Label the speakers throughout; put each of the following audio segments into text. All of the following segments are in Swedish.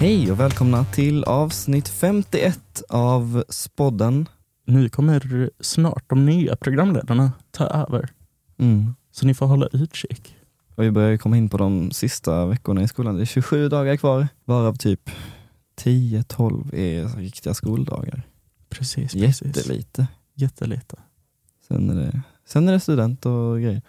Speaker 1: Hej och välkomna till avsnitt 51 av Spodden.
Speaker 2: Nu kommer snart de nya programledarna ta över.
Speaker 1: Mm.
Speaker 2: Så ni får hålla utkik.
Speaker 1: Och vi börjar ju komma in på de sista veckorna i skolan. Det är 27 dagar kvar, varav typ 10-12 är riktiga skoldagar.
Speaker 2: Precis, precis.
Speaker 1: Jättelite.
Speaker 2: Jättelite.
Speaker 1: Sen är, det, sen är det student och grejer.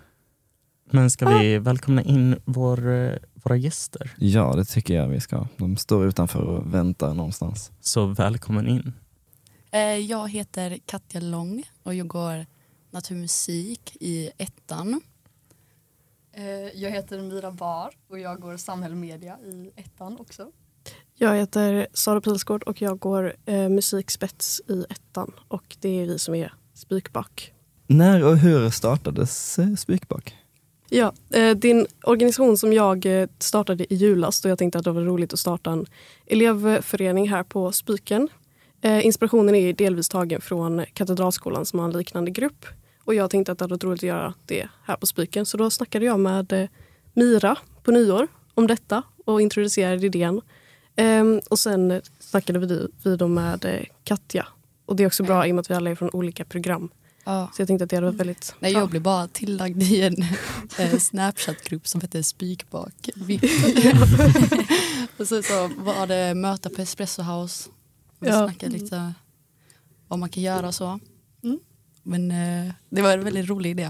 Speaker 2: Men ska vi välkomna in vår, eh, våra gäster?
Speaker 1: Ja, det tycker jag vi ska. De står utanför och väntar någonstans.
Speaker 2: Så välkommen in.
Speaker 3: Eh, Jag heter Katja Lång och jag går naturmusik i ettan.
Speaker 4: Eh, Jag heter Mira Bar och jag går samhällsmedia i ettan också.
Speaker 5: Jag heter Sara Pilsgård och jag går eh, musikspets i ettan. Och det är vi som är Spikbak.
Speaker 1: När och hur startades eh, Spikbak?
Speaker 5: Ja, eh, din organisation som jag eh, startade i julas då jag tänkte att det var roligt att starta en elevförening här på Spiken. Eh, inspirationen är delvis tagen från Katedralskolan som har en liknande grupp. Och jag tänkte att det hade varit roligt att göra det här på Spiken. Så då snackade jag med eh, Mira på nyår om detta och introducerade idén. Ehm, och sen snackade vi, vi då med eh, Katja. Och det är också bra i och med att vi alla är från olika program.
Speaker 3: Ja.
Speaker 5: Så jag tänkte att det hade varit väldigt
Speaker 3: Nej,
Speaker 5: bra.
Speaker 3: jag blev bara tillagd i en eh, Snapchat-grupp som hette Spikbak. Vipp. och sen så var det möte på Espresso House. Vi
Speaker 5: Ja.
Speaker 3: snackade lite vad man kan göra och så.
Speaker 4: Mm.
Speaker 3: Men eh, det var en väldigt rolig idé.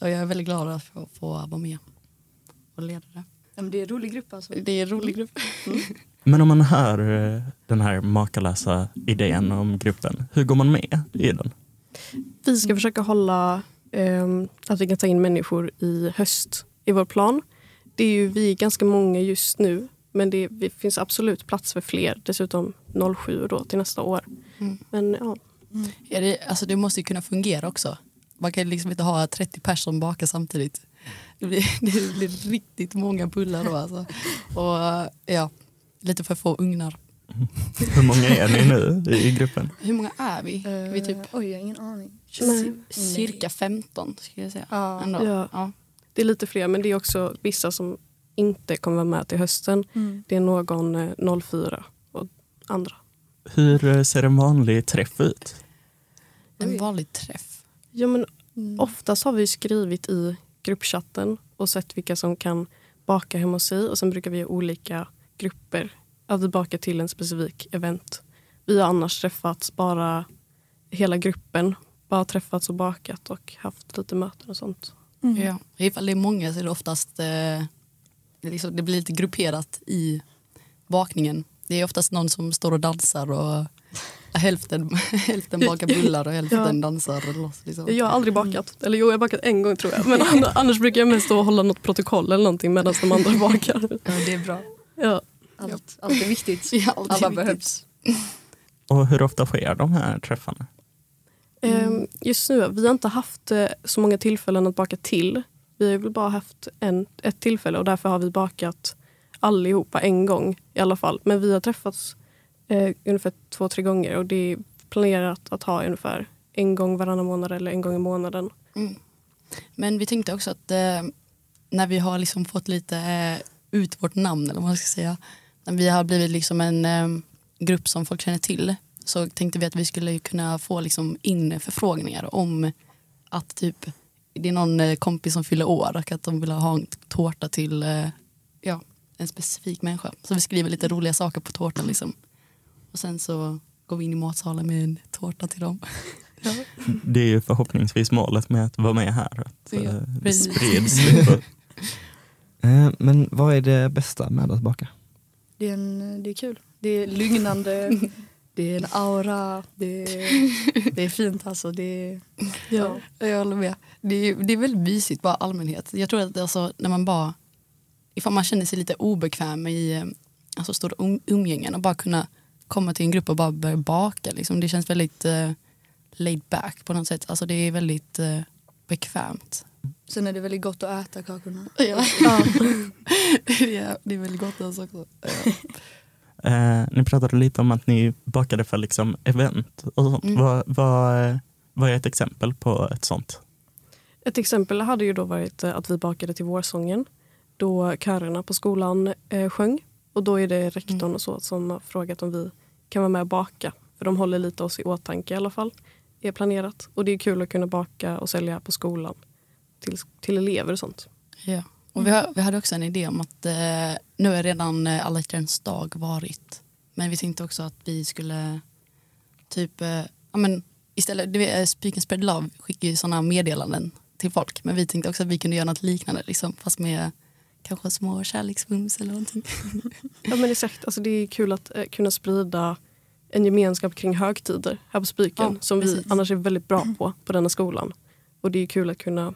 Speaker 3: Och jag är väldigt glad att få, få vara med och leda det.
Speaker 4: Ja, men det är en rolig grupp alltså.
Speaker 3: Det är en rolig grupp.
Speaker 2: Men om man hör eh, den här makalösa idén om gruppen, hur går man med i den?
Speaker 5: Vi ska försöka hålla ehm, att vi kan ta in människor i höst i vår plan. Det är ju, vi är ganska många just nu men det vi, finns absolut plats för fler. Dessutom 07 då till nästa år.
Speaker 3: Mm.
Speaker 5: Men ja,
Speaker 3: Ja, det, alltså det måste ju kunna fungera också. Man kan liksom inte ha 30 personer bakar samtidigt. Det blir, det blir riktigt många bullar då alltså. Och ja, lite för få ugnar.
Speaker 2: Hur många är ni nu i- i gruppen?
Speaker 3: Hur många är vi? vi är typ
Speaker 4: Eh, Oj, jag har ingen aning.
Speaker 5: Nej.
Speaker 3: cirka 15 skulle jag säga.
Speaker 4: Ja.
Speaker 3: Ändå.
Speaker 5: Ja.
Speaker 3: Ja.
Speaker 5: det är lite fler men det är också vissa som inte kommer vara med till hösten.
Speaker 4: Mm.
Speaker 5: Det är någon eh, 04 och andra.
Speaker 2: Hur eh, ser en vanlig träff ut?
Speaker 3: En
Speaker 4: Oj.
Speaker 3: vanlig träff.
Speaker 5: Ja, men
Speaker 4: Mm.
Speaker 5: Oftast har vi skrivit i gruppchatten och sett vilka som kan baka hemma hos sig. Och sen brukar vi ha olika grupper. Att vi bakar till en specifik event. Vi har annars träffats bara hela gruppen. Bara träffats och bakat och haft lite möten och sånt.
Speaker 4: Mm.
Speaker 3: Ja. Ifall det är många så är det oftast eh, liksom, det blir lite grupperat i bakningen. Det är oftast någon som står och dansar och hälften, hälften bakar bullar och hälften dansar. och loss, Liksom.
Speaker 5: Jag har aldrig bakat. Eller jo, jag har bakat en gång tror jag. Men ann- annars brukar jag mest stå och hålla något protokoll eller någonting medan de andra bakar.
Speaker 4: Ja, det är bra.
Speaker 5: Ja.
Speaker 4: Allt, allt är viktigt.
Speaker 3: Ja, allt är
Speaker 4: Alla
Speaker 3: viktigt.
Speaker 4: behövs.
Speaker 2: Och hur ofta sker de här träffarna?
Speaker 4: Mm.
Speaker 5: Ehm, Just nu, vi har inte haft eh, så många tillfällen att baka till. Vi har väl bara haft en, ett tillfälle och därför har vi bakat allihopa en gång i alla fall. Men vi har träffats eh, ungefär två, tre gånger och det är planerat att ha ungefär en gång varannan månad eller en gång i månaden.
Speaker 3: Mm. Men vi tänkte också att eh, när vi har liksom fått lite eh, ut vårt namn eller vad man ska säga. När vi har blivit liksom en eh, grupp som folk känner till så tänkte vi att vi skulle kunna få liksom in förfrågningar om att typ det är någon eh, kompis som fyller år och att de vill ha en tårta till eh, ja, en specifik människa. Så vi skriver lite roliga saker på tårtan liksom. Och sen så går vi in i matsalen med en tårta till dem.
Speaker 2: Det är ju förhoppningsvis målet med att vara med här. Att
Speaker 3: Ja,
Speaker 2: eh, det
Speaker 3: precis.
Speaker 2: sprids. lite.
Speaker 1: Eh, men vad är det bästa med att baka?
Speaker 4: Det är, en, det är kul. Det är lugnande. Det är en aura. Det är, det är fint alltså. Det är, ja.
Speaker 3: Ja, Jag håller med. Det är, det är väldigt mysigt, bara allmänhet. Jag tror att alltså, när man bara, ifall man känner sig lite obekväm i eh, alltså, stora um, umgängen och bara kunna komma till en grupp och bara börja baka. Liksom. Det känns väldigt eh, laid back på något sätt. Alltså, det är väldigt eh, bekvämt.
Speaker 4: Sen är det väldigt gott att äta kakorna.
Speaker 3: Ja.
Speaker 4: Ja.
Speaker 3: det, är, det är väldigt gott alltså också. Ja.
Speaker 2: Eh, ni pratade lite om att ni bakade för liksom event och sånt.
Speaker 3: Mm.
Speaker 2: Vad, vad, eh, vad är ett exempel på ett sånt?
Speaker 5: Ett exempel hade ju då varit eh, att vi bakade till vårsången då körerna på skolan eh, sjöng Och då är det rektorn
Speaker 3: Mm.
Speaker 5: och så som har frågat om vi kan vara med och baka. För de håller lite oss i åtanke i alla fall. är planerat. Och det är kul att kunna baka och sälja på skolan till, till elever och sånt.
Speaker 3: Ja. Och vi, har, vi hade också en idé om att eh, nu är redan eh, alla hjärtans dag varit. Men vi tänkte också att vi skulle typ, eh, ja men istället, du vet, eh, Spiken Spread Love skickar ju sådana meddelanden till folk. Men vi tänkte också att vi kunde göra något liknande liksom, fast med kanske små kärleksmums eller någonting.
Speaker 5: Ja men exakt, alltså det är kul att eh, kunna sprida en gemenskap kring högtider här på Spiken
Speaker 3: Ja,
Speaker 5: som vi
Speaker 3: precis.
Speaker 5: annars är väldigt bra på, på denna skolan. Och det är kul att kunna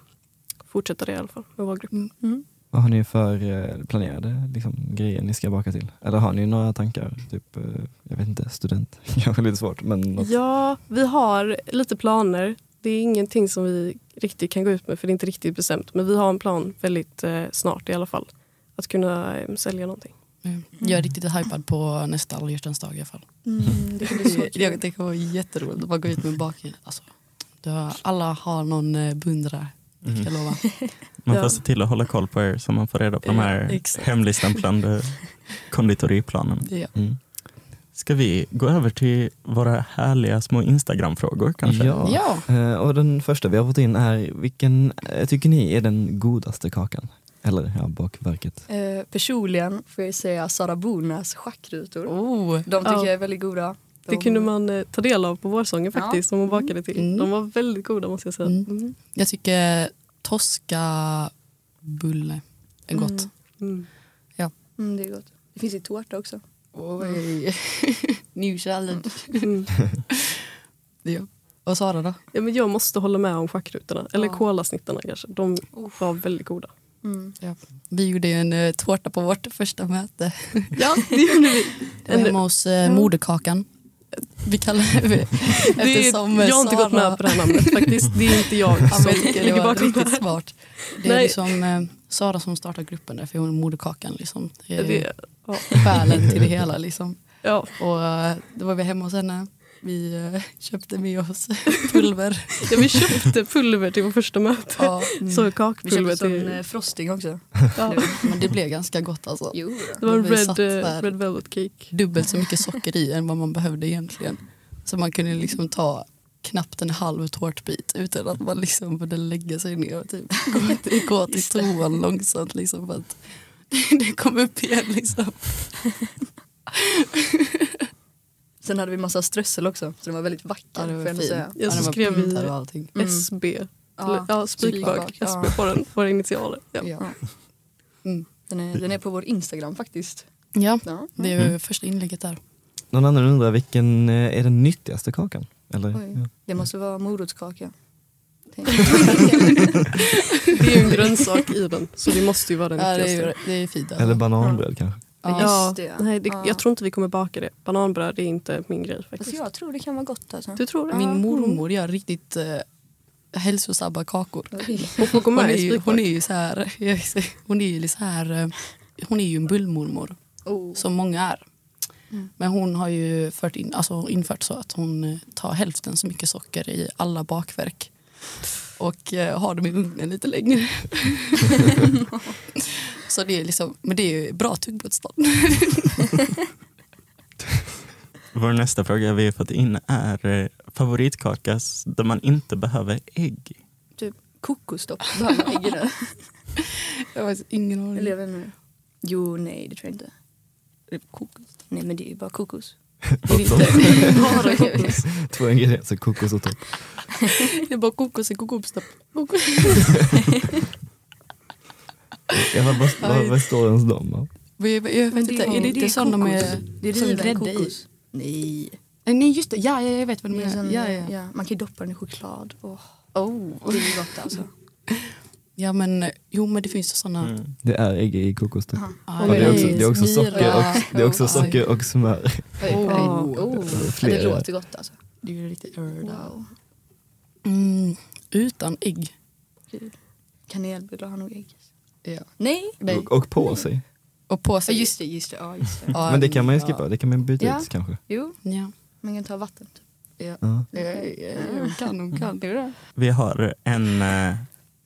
Speaker 5: fortsätta det i alla fall med vår grupp.
Speaker 1: Vad har ni för eh, planerade liksom, grejer ni ska baka till? Eller har ni några tankar? Typ, eh, jag vet inte, student? Kanske lite svårt men något.
Speaker 5: Ja, vi har lite planer. Det är ingenting som vi riktigt kan gå ut med för det är inte riktigt bestämt. Men vi har en plan väldigt eh, snart i alla fall. Att kunna eh, sälja någonting.
Speaker 3: Mm. Jag är riktigt hypad på nästa alla hjärtans dag i alla fall.
Speaker 4: Mm, det kan bli så
Speaker 3: Det, det,
Speaker 4: kul.
Speaker 3: det kan vara jätteroligt att bara gå ut med baken. Alltså, du har, alla har någon eh, beundrare,
Speaker 2: Mm.
Speaker 3: jag lovar.
Speaker 2: Man får
Speaker 5: Ja.
Speaker 2: se till att hålla koll på er så man får reda på de
Speaker 3: Ja,
Speaker 2: här
Speaker 3: exakt.
Speaker 2: hemligstämplande konditoriplanen.
Speaker 3: Ja.
Speaker 1: Mm.
Speaker 2: Ska vi gå över till våra härliga små Instagram-frågor kanske?
Speaker 1: Ja.
Speaker 3: ja.
Speaker 1: Eh, och den första vi har fått in är, vilken eh, tycker ni är den godaste kakan? Eller ja, bakverket.
Speaker 4: Eh, personligen får jag säga Sara Bonas schackrutor.
Speaker 3: Oh.
Speaker 4: De tycker
Speaker 5: Ja.
Speaker 4: jag är väldigt goda. De,
Speaker 5: Det kunde man eh, ta del av på vårsången
Speaker 4: Ja.
Speaker 5: faktiskt som hon bakade till.
Speaker 3: Mm.
Speaker 5: De var väldigt goda måste jag säga.
Speaker 3: Mm. Jag tycker Tosca bulle är gott.
Speaker 4: Mm.
Speaker 5: Mm.
Speaker 4: Mm, det är gott. Det finns i tårta också.
Speaker 3: Oj. New challenge.
Speaker 5: Mm.
Speaker 3: Ja. Och Sara då?
Speaker 5: Ja, men jag måste hålla med om schackrutorna, eller
Speaker 4: Ja.
Speaker 5: kolasnittarna kanske. De var väldigt goda.
Speaker 4: Mm.
Speaker 3: Vi gjorde ju en eh, tårta på vårt första möte.
Speaker 5: Ja, det gjorde vi.
Speaker 3: Det var
Speaker 5: En- Mm.
Speaker 3: hemma hos eh, Moderkakan. Vi kallar det
Speaker 5: Det
Speaker 3: eftersom eh,
Speaker 5: är, jag har inte gått
Speaker 3: Sara-
Speaker 5: med på det här namnet faktiskt. Det är inte jag
Speaker 3: Ja, men
Speaker 5: som
Speaker 3: jag tycker det
Speaker 5: ligger
Speaker 3: var
Speaker 5: bakom det
Speaker 3: riktigt
Speaker 5: här.
Speaker 3: smart. Det är
Speaker 5: Nej.
Speaker 3: liksom eh, Sara som startar gruppen där för hon är moderkakan. Liksom. Det är
Speaker 5: Det, ja.
Speaker 3: själen till det hela liksom.
Speaker 5: Ja.
Speaker 3: Och eh, då var vi hemma hos henne. Vi eh, köpte med oss pulver. Mm.
Speaker 5: Ja, vi köpte pulver till vårt första möte.
Speaker 3: Ja.
Speaker 5: Så
Speaker 4: Vi köpte
Speaker 5: kakpulver
Speaker 4: sån
Speaker 5: till...
Speaker 4: eh, frosting också.
Speaker 5: Ja.
Speaker 3: Men det blev ganska gott alltså.
Speaker 4: Jo.
Speaker 5: Det var en
Speaker 3: vi satt
Speaker 5: red,
Speaker 3: där.
Speaker 5: eh, red velvet cake.
Speaker 3: Dubbelt så mycket socker i än vad man behövde egentligen. Så man kunde liksom ta knappt en halv tårtbit utan att man liksom borde lägga sig ner och typ gå till, gå till toan långsamt liksom för att det kom upp igen liksom.
Speaker 4: Sen hade vi massa strössel också, så den var väldigt vacker.
Speaker 3: Ja, det var
Speaker 4: får jag ändå
Speaker 3: fin.
Speaker 4: säga.
Speaker 5: Ja, så
Speaker 3: den var
Speaker 5: skrev vi-
Speaker 3: pyntad och allting.
Speaker 4: Mm.
Speaker 5: SB.
Speaker 4: Ja,
Speaker 5: Ja, ja spikbak.
Speaker 4: spikbak, ja.
Speaker 5: SB på den, våra initialer. Ja.
Speaker 3: Ja.
Speaker 4: Mm. Den, är, den är på vår Instagram faktiskt.
Speaker 3: ja,
Speaker 4: Ja.
Speaker 3: det är ju första inlägget där.
Speaker 1: Någon annan undrar vilken eh, är den nyttigaste kakan? Eller,
Speaker 4: Oj.
Speaker 1: ja.
Speaker 4: Det måste vara morotskaka.
Speaker 5: Det är ju en grönsak i den, så det måste ju vara den
Speaker 3: Ja, det, är,
Speaker 5: viktigaste.
Speaker 3: ju- det är fint. Alltså.
Speaker 1: Eller bananbröd kanske?
Speaker 3: ja.
Speaker 5: Ja,
Speaker 4: Just det, ja.
Speaker 5: nej, det,
Speaker 4: Ja.
Speaker 5: Jag tror inte vi kommer baka det. Bananbröd är inte min grej
Speaker 4: Alltså,
Speaker 5: faktiskt.
Speaker 4: jag tror det kan vara gott alltså.
Speaker 5: Du tror det? Ah.
Speaker 3: Min mormor gör riktigt eh, hälsosamma kakor.
Speaker 4: Oj.
Speaker 5: Hon får gå
Speaker 3: Hon
Speaker 5: med
Speaker 3: är,
Speaker 5: i
Speaker 3: ju,
Speaker 5: spikbak.
Speaker 3: hon är ju så här, hon är ju så här, eh, hon är ju en bullmormor
Speaker 4: Oh.
Speaker 3: som många är.
Speaker 4: Mm.
Speaker 3: Men hon har ju fört in, alltså infört så att hon eh, tar hälften så mycket socker i alla bakverk och eh, har dem i ugnen lite längre. så det är liksom, men det är ju bra tuggmotstånd.
Speaker 2: Vår nästa fråga vi har fått in är eh, favoritkakas där man inte behöver ägg.
Speaker 4: Typ kokosdopp behöver man ägg i den.
Speaker 3: Jag har faktiskt ingen aning.
Speaker 4: Eller jag vet inte. Jo, nej det tror jag inte. Kokos? Nej men det är ju bara kokos.
Speaker 3: Det är inte-
Speaker 4: bara kokos.
Speaker 1: Två ingredienser, kokos och topp.
Speaker 3: det är bara kokos i kokosdopp. Kokos.
Speaker 1: Ja, vad, vad, vad, vad står ens dem? va?
Speaker 3: Men Jag, jag vet inte, är det inte sån de är...
Speaker 4: Det är
Speaker 3: som
Speaker 4: riven
Speaker 3: grädde i?
Speaker 4: kokos. Nej.
Speaker 3: Eh, Nej just det, ja, ja jag vet vad du
Speaker 4: Det är
Speaker 3: menar.
Speaker 4: sån,
Speaker 3: Ja,
Speaker 4: ja,
Speaker 3: ja.
Speaker 4: Man kan ju doppa den i choklad. Åh,
Speaker 3: Oh.
Speaker 4: Det är gott alltså.
Speaker 3: ja men eh, jo men det finns ju sådana.
Speaker 2: Mm.
Speaker 1: Det är ägg i kokostopp.
Speaker 4: Aha.
Speaker 3: Ah,
Speaker 1: Ja,
Speaker 5: Åh,
Speaker 1: det, är också,
Speaker 5: nej.
Speaker 1: det är också
Speaker 3: Smira.
Speaker 1: socker och, det är också
Speaker 3: Aj.
Speaker 1: socker och smör.
Speaker 4: Oj,
Speaker 3: Oh.
Speaker 4: oj, oj. Ja,
Speaker 1: Flera.
Speaker 4: det låter gott alltså.
Speaker 3: Det är ju riktigt wow.
Speaker 4: Wow.
Speaker 3: mm, Utan ägg.
Speaker 4: Kanelbullar har nog ägg.
Speaker 3: Ja.
Speaker 4: Nej. nej.
Speaker 1: Och, och på sig.
Speaker 3: Och på
Speaker 4: Ja,
Speaker 3: sig.
Speaker 4: just det, just det. Ja, just det.
Speaker 3: Ja,
Speaker 1: Mm. Men det kan man ju skippa,
Speaker 3: Ja.
Speaker 1: det kan man byta
Speaker 4: Ja.
Speaker 1: ut kanske.
Speaker 4: Jo,
Speaker 3: Ja.
Speaker 4: man kan ta vatten. Typ.
Speaker 1: Ja.
Speaker 3: Hon kan, hon kan.
Speaker 2: Vi har en, eh,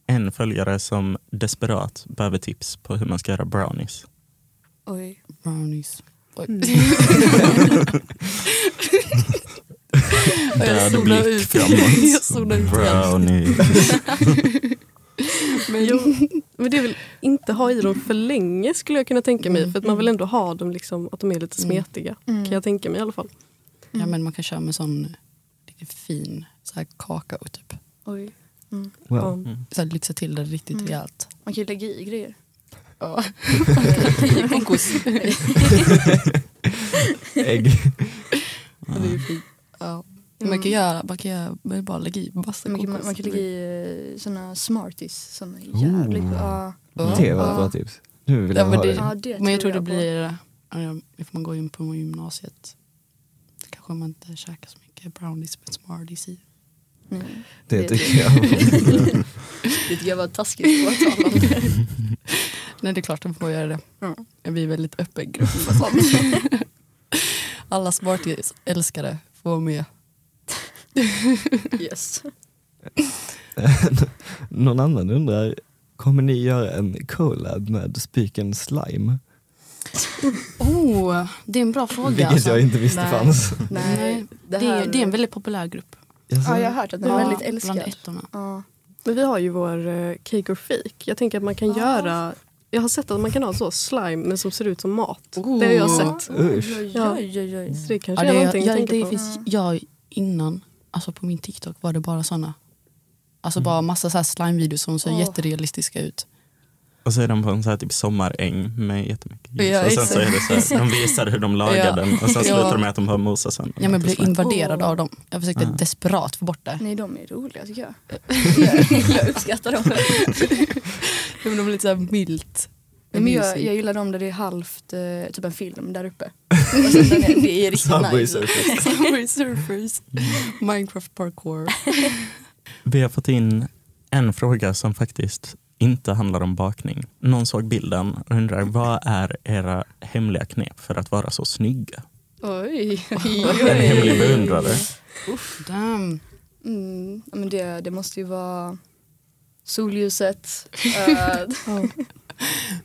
Speaker 2: en följare som desperat behöver tips på hur man ska göra brownies.
Speaker 4: Oj.
Speaker 3: Brownies. Oj.
Speaker 5: Mm.
Speaker 3: Och jag
Speaker 2: Död
Speaker 3: zonar
Speaker 2: blick
Speaker 3: ut.
Speaker 2: framåt.
Speaker 3: Jag zonar ut igen.
Speaker 2: Brownie.
Speaker 5: Men, jo, men det är väl inte ha i dem för länge skulle jag kunna tänka mig.
Speaker 3: Mm.
Speaker 5: För att man vill ändå ha dem liksom, att de är lite
Speaker 3: Mm.
Speaker 5: smetiga. Kan jag tänka mig i alla fall.
Speaker 3: Ja, men man kan köra med sån riktigt fin så här kakao typ.
Speaker 4: Oj.
Speaker 1: Wow.
Speaker 5: Ja.
Speaker 3: Så här, lyxa till det riktigt
Speaker 4: Mm.
Speaker 3: rejält.
Speaker 4: Man kan ju lägga i grejer.
Speaker 3: Ja. Kokos.
Speaker 1: Ägg.
Speaker 3: Det är
Speaker 1: Mm.
Speaker 3: ju fint. Ja. Man kan göra, man kan göra, man kan bara lägga i massa
Speaker 4: Man
Speaker 3: kokos.
Speaker 4: kan, man, man kan lägga i eh, såna smarties. Såna jävligt
Speaker 1: Ooh.
Speaker 4: Ja,
Speaker 3: Ja.
Speaker 1: Det var ett
Speaker 4: Ja.
Speaker 1: bra tips. Nu vill
Speaker 3: Ja,
Speaker 1: jag
Speaker 3: men
Speaker 1: ha
Speaker 3: det-
Speaker 1: det.
Speaker 4: ja, det
Speaker 3: Men jag tror det
Speaker 4: på.
Speaker 3: blir, eh, ja, ifall man går in på gymnasiet kanske man inte käkar så mycket brownies med smarties i.
Speaker 4: Nej.
Speaker 1: Det
Speaker 4: det-
Speaker 1: tycker jag.
Speaker 4: Det tycker jag var taskigt påtalande.
Speaker 3: Nej det är klart de får göra det.
Speaker 4: Ja.
Speaker 3: Jag blir väldigt öppen grupp. Alla smarties älskare får vara med.
Speaker 4: yes.
Speaker 1: Någon annan undrar, kommer ni göra en collab med Spiken Slime?
Speaker 3: Oh, det är alltså en bra fråga.
Speaker 1: Vilket jag inte visste
Speaker 4: nej.
Speaker 1: fanns.
Speaker 3: Nej, det, är, det är en väldigt populär grupp.
Speaker 1: Jaså?
Speaker 4: Ja, jag har hört att den är
Speaker 3: Ja,
Speaker 4: väldigt älskad.
Speaker 3: Bland ettorna.
Speaker 4: Ja.
Speaker 5: Men vi har ju vår eh, cake or fake. Jag tänker att man kan
Speaker 4: Ja.
Speaker 5: göra... Jag har sett att man kan ha så slime men som ser ut som mat.
Speaker 3: Oh.
Speaker 5: Det har jag
Speaker 4: Ja.
Speaker 5: sett.
Speaker 1: Usch.
Speaker 4: Alltså, Oj, oj, oj, oj.
Speaker 5: Så det kanske
Speaker 3: Ja, det,
Speaker 5: är någonting
Speaker 3: jag,
Speaker 5: att
Speaker 3: jag,
Speaker 5: tänka
Speaker 3: det
Speaker 5: på.
Speaker 3: finns, jag innan, alltså på min TikTok var det bara såna. Alltså
Speaker 2: Mm.
Speaker 3: bara massa så här slime-videos som såg
Speaker 4: Åh.
Speaker 3: jätterealistiska ut.
Speaker 2: Och så är de på en så här typ sommaräng med jättemycket ljus.
Speaker 3: Ja,
Speaker 2: och sen så är
Speaker 3: exakt.
Speaker 2: det så här, de visar hur de lagar
Speaker 3: Ja.
Speaker 2: den och sen slutar
Speaker 3: Ja.
Speaker 2: de med att de har mosat sönder
Speaker 3: Ja, men jag blev
Speaker 2: den.
Speaker 3: invaderad
Speaker 4: Åh.
Speaker 3: av dem. Jag försökte
Speaker 2: Ah.
Speaker 3: desperat få bort det.
Speaker 4: Nej, de är roliga tycker jag. jag. Jag uppskattar dem.
Speaker 3: Ja, Men de blev lite så här milt.
Speaker 4: Nej, men jag,
Speaker 3: mysig.
Speaker 4: jag gillar dem där det är halvt, eh, typ en film där uppe. Och sen den är, det är riktigt
Speaker 1: Subway
Speaker 4: nice.
Speaker 1: Surfers.
Speaker 3: Subway Surfers, Minecraft Parkour.
Speaker 2: Vi har fått in en fråga som faktiskt inte handlar om bakning. Någon såg bilden och undrar vad är era hemliga knep för att vara så snygga?
Speaker 4: Oj.
Speaker 2: En hemlig beundrare.
Speaker 3: Damn.
Speaker 4: Mm, ja, men det, det måste ju vara solljuset. eh,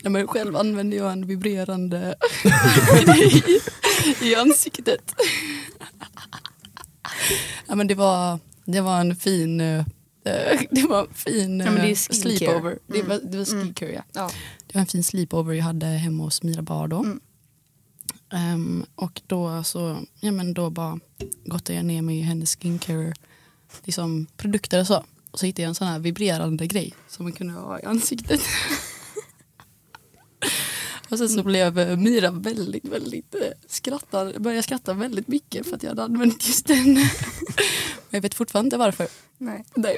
Speaker 3: Nej, men själv använder jag en vibrerande i, i ansiktet. ja, men det, var, det var en fin, eh, det var en fin
Speaker 4: Ja, men det är
Speaker 3: eh,
Speaker 4: skincare.
Speaker 3: sleepover. Det
Speaker 4: Mm.
Speaker 3: var, det var skincare, ja.
Speaker 4: ja.
Speaker 3: Det var en fin sleepover jag hade hemma hos Mira Bar då.
Speaker 4: Mm.
Speaker 3: Ehm, och då så, ja men då bara gottade jag ner mig i hennes skincare liksom, produkter och så. Och så hittade jag en sån här vibrerande grej som man kunde ha i ansiktet. och sen så blev eh, Mira väldigt, väldigt eh, skrattad, började skratta väldigt mycket för att jag hade använt just den. Men jag vet fortfarande inte varför.
Speaker 4: Nej.
Speaker 3: Nej.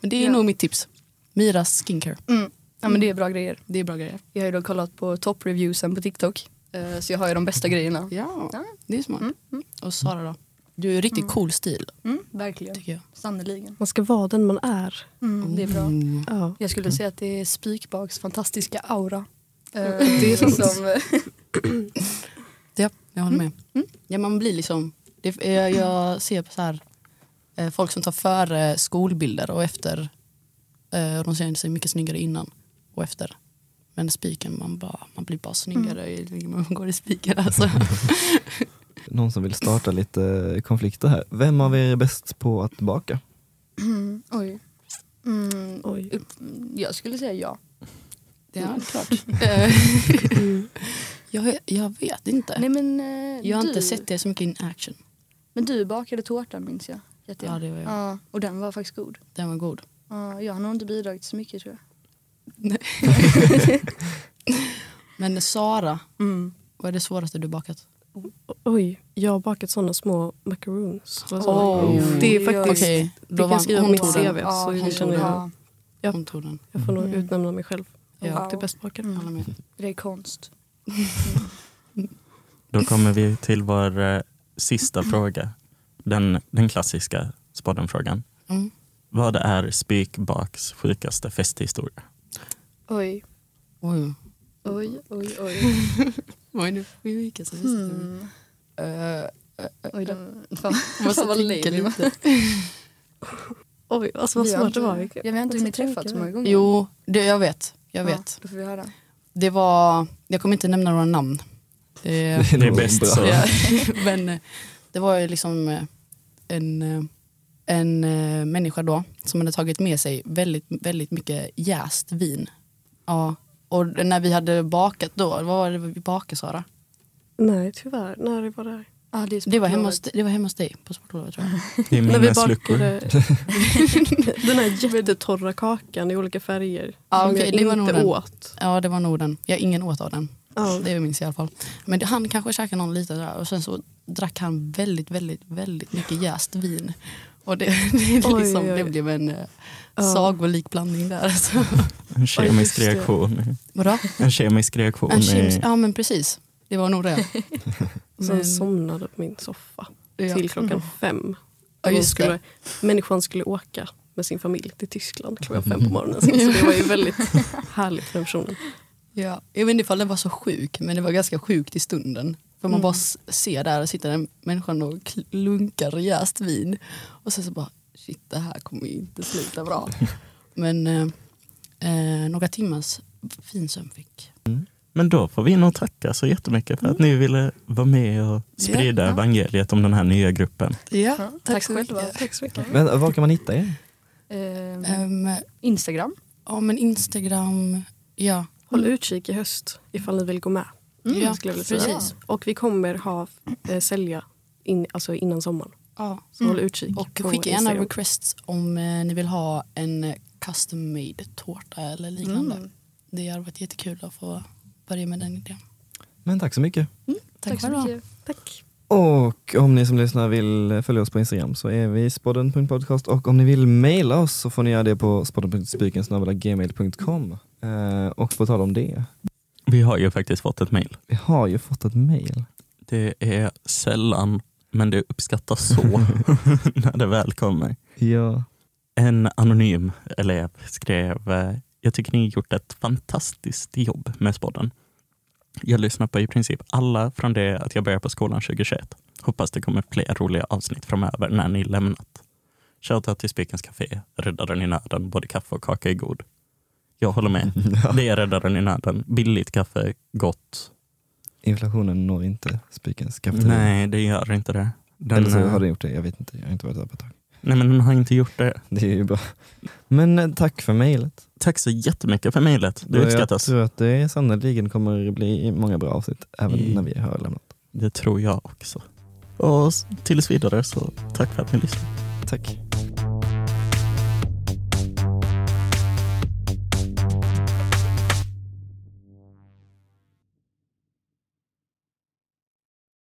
Speaker 3: men det är
Speaker 4: Ja.
Speaker 3: nog mitt tips. Miras skincare.
Speaker 4: Mm. Ja, men det är bra grejer.
Speaker 3: Det är bra grejer.
Speaker 4: Jag har ju då kollat på toppreviewsen på TikTok. eh, så jag har ju de bästa grejerna.
Speaker 3: Ja,
Speaker 4: Ja.
Speaker 3: det är smart.
Speaker 4: Mm, mm.
Speaker 3: Och Sara då? Du är riktigt cool stil
Speaker 4: Mm, verkligen.
Speaker 3: tycker jag.
Speaker 4: Sannerligen.
Speaker 5: Man ska vara den man är.
Speaker 4: Mm, det är bra.
Speaker 3: Mm.
Speaker 5: Ja.
Speaker 4: Jag skulle säga att det är Spikbaks fantastiska aura. eh,
Speaker 3: Mm.
Speaker 5: Det är sant.
Speaker 4: som,
Speaker 3: Ja, jag håller
Speaker 4: Mm,
Speaker 3: med. Ja, man blir liksom, det, jag, jag ser på så här, eh, folk som tar före skolbilder och efter. Eh, och de ser sig mycket snyggare innan och efter. Men spiken, man, bara, man blir bara snyggare
Speaker 4: Mm.
Speaker 3: ju längre man går i spiken. Alltså.
Speaker 1: Någon som vill starta lite konflikter här. Vem av er är bäst på att baka?
Speaker 4: mm, oj. Mm,
Speaker 5: Oj.
Speaker 4: upp, jag skulle säga ja.
Speaker 3: Ja, klart.
Speaker 5: Mm.
Speaker 3: jag, jag vet inte.
Speaker 4: Nej, men, eh,
Speaker 3: jag har
Speaker 4: du,
Speaker 3: inte sett det så mycket in action.
Speaker 4: Men du bakade tårtan minns jag.
Speaker 3: Ja,
Speaker 4: Jättegärna.
Speaker 3: det var jag.
Speaker 4: Ja, och den var faktiskt god.
Speaker 3: Den var god.
Speaker 4: Ja, jag har nog inte bidragit så mycket tror jag.
Speaker 3: Men Sara,
Speaker 4: Mm.
Speaker 3: vad är det svåraste du bakat?
Speaker 5: Oj, jag har bakat sådana små macaroons. Vad sa man?
Speaker 3: Oj.
Speaker 5: Det är faktiskt...
Speaker 3: Mm. Okej,
Speaker 5: Det
Speaker 3: då
Speaker 5: kan
Speaker 3: vann
Speaker 5: skriva
Speaker 3: hon
Speaker 5: mitt
Speaker 3: tog
Speaker 5: CV.
Speaker 3: den.
Speaker 5: så
Speaker 3: känner
Speaker 4: hon tog-
Speaker 3: jag.
Speaker 4: ja,
Speaker 5: Ja.
Speaker 3: Hon tog den.
Speaker 5: Jag får nog
Speaker 4: Mm.
Speaker 5: utnämna mig själv
Speaker 3: Ja.
Speaker 5: till bäst bakare.
Speaker 3: Håller med.
Speaker 4: Det är konst.
Speaker 2: Då kommer vi till vår eh,
Speaker 3: Mm.
Speaker 2: sista fråga. Den, den klassiska spoddenfrågan.
Speaker 3: Mm.
Speaker 2: Vad är Spikbaks sjukaste festhistoria?
Speaker 4: Oj,
Speaker 3: Oj.
Speaker 4: oj, oj, oj.
Speaker 3: Vad är det för vilka
Speaker 5: alltså
Speaker 3: som
Speaker 4: Mm. eh, Oj, den, fan.
Speaker 3: Man
Speaker 4: Fan, vad
Speaker 3: tänker
Speaker 4: lame.
Speaker 3: lite.
Speaker 5: Oj, alltså vad
Speaker 4: Vi har
Speaker 5: svårt det
Speaker 4: inte-
Speaker 5: var.
Speaker 4: Jag har inte
Speaker 5: Alltså,
Speaker 4: hunnit träffats
Speaker 5: tänker
Speaker 4: så många gånger.
Speaker 3: Jo, det, jag vet. Jag vet.
Speaker 4: Ja, då får vi höra.
Speaker 3: det var, jag kommer inte nämna några namn. Det,
Speaker 2: Det är
Speaker 1: nog
Speaker 2: bäst
Speaker 1: bra.
Speaker 2: så.
Speaker 3: Ja, men eh, det var ju liksom eh, en, eh, en eh, människa då som hade tagit med sig väldigt, väldigt mycket jäst vin. Ja. Och när vi hade bakat då, vad var det vi bakade Sara?
Speaker 5: Nej, tyvärr. När var det här?
Speaker 4: Ah, det, är
Speaker 3: Det var hemma hos, det var hemma hos dig på sportlovet tror jag.
Speaker 2: Det är
Speaker 5: När vi
Speaker 2: minnesluckor.
Speaker 5: bakade den här jättetorra kakan i olika färger.
Speaker 3: Ja,
Speaker 5: som
Speaker 3: okej,
Speaker 5: jag
Speaker 3: det var nog
Speaker 5: inte
Speaker 3: den.
Speaker 5: åt.
Speaker 3: Ja det var nog den. Jag ingen åt av den.
Speaker 5: Ja.
Speaker 3: Det minns jag i alla fall. Men det- han kanske käkade någon liten där och sen så drack han väldigt, väldigt, väldigt mycket jäst vin. Och det, det, är
Speaker 5: Oj,
Speaker 3: liksom,
Speaker 5: oj, oj.
Speaker 3: det blev en eh,
Speaker 5: Ja.
Speaker 3: sagolik blandning där. alltså. Så.
Speaker 2: En kemisk
Speaker 5: Ja, just det.
Speaker 2: reaktion.
Speaker 3: Vadå?
Speaker 2: En kemisk reaktion.
Speaker 3: En kemisk,
Speaker 2: i-
Speaker 3: ja men precis. Det var nog det.
Speaker 5: Och sen somnade på min soffa
Speaker 3: Ja. Mm.
Speaker 5: till klockan fem.
Speaker 3: Ja,
Speaker 5: Hon
Speaker 3: just det.
Speaker 5: skulle, människan skulle åka med sin familj till Tyskland klockan fem på morgonen. Så det var ju väldigt härligt för den personen.
Speaker 3: Ja. Jag vet inte ifall den var så sjuk, men det var ganska sjukt i stunden. För man
Speaker 5: Mm.
Speaker 3: bara s- ser där, sitter den människan och klunkar jäst vin. Och sen så bara, shit det här kommer ju inte sluta bra. men eh, eh, några timmars fin sömn fick
Speaker 2: Men då får vi nog tacka så jättemycket för att ni ville vara med och sprida
Speaker 3: Mm. Ja.
Speaker 2: evangeliet om den här nya gruppen.
Speaker 3: Ja,
Speaker 4: Ja,
Speaker 3: tack,
Speaker 4: tack
Speaker 3: så
Speaker 4: själva.
Speaker 3: mycket.
Speaker 5: Tack så mycket.
Speaker 1: Men var kan man hitta er?
Speaker 4: Eh,
Speaker 3: Ehm,
Speaker 4: Instagram.
Speaker 3: ja men Instagram, ja.
Speaker 5: Håll utkik i höst ifall ni vill gå med.
Speaker 3: ja
Speaker 5: Mm, skulle jag vilja säga.
Speaker 3: Mm, precis.
Speaker 5: Och vi kommer ha, eh, sälja in, alltså innan sommaren.
Speaker 3: Ja.
Speaker 5: Så håll utkik
Speaker 3: Mm. Och
Speaker 5: på
Speaker 3: skicka gärna
Speaker 5: Instagram.
Speaker 3: requests om eh, ni vill ha en eh, custom made tårta eller liknande.
Speaker 4: Mm.
Speaker 3: Det hade varit jättekul att få börja med den idén.
Speaker 1: Men tack så mycket.
Speaker 4: Tack, så
Speaker 3: själva.
Speaker 4: mycket.
Speaker 5: Tack.
Speaker 1: Och om ni som lyssnar vill följa oss på Instagram så är vi spodden.podcast och om ni vill mejla oss så får ni göra det på spodden.spiken.gmail.com eh, Och på tal om det,
Speaker 2: Vi har ju faktiskt fått ett mejl.
Speaker 1: vi har ju fått ett mejl.
Speaker 2: Det är sällan, men det uppskattas så när det väl kommer.
Speaker 1: Ja.
Speaker 2: En anonym elev skrev, eh, jag tycker ni gjort ett fantastiskt jobb med podden. Jag lyssnar på i princip alla från det att jag började på skolan 2021. Hoppas det kommer fler roliga avsnitt framöver när ni lämnat. Shoutout till Spikens Café, Räddaren i nöden, både kaffe och kaka är god. Jag håller med. Det är Räddaren i nöden. Billigt kaffe, gott.
Speaker 1: Inflationen når inte spikens kafeteria.
Speaker 2: Nej, det gör inte det. Den,
Speaker 1: Eller så
Speaker 2: eh,
Speaker 1: har den gjort det, jag vet inte. Jag har inte varit där på ett tag.
Speaker 2: Nej, men den har inte gjort det.
Speaker 1: Det är ju bra. Men eh, tack för mejlet.
Speaker 2: Tack så jättemycket för mejlet. Det
Speaker 1: Jag
Speaker 2: uppskattas.
Speaker 1: tror att det sannoliken kommer bli många bra avsnitt även
Speaker 2: Mm.
Speaker 1: när vi har lämnat.
Speaker 2: Det tror jag också. Och s- tills vidare så tack för att ni lyssnade.
Speaker 1: Tack.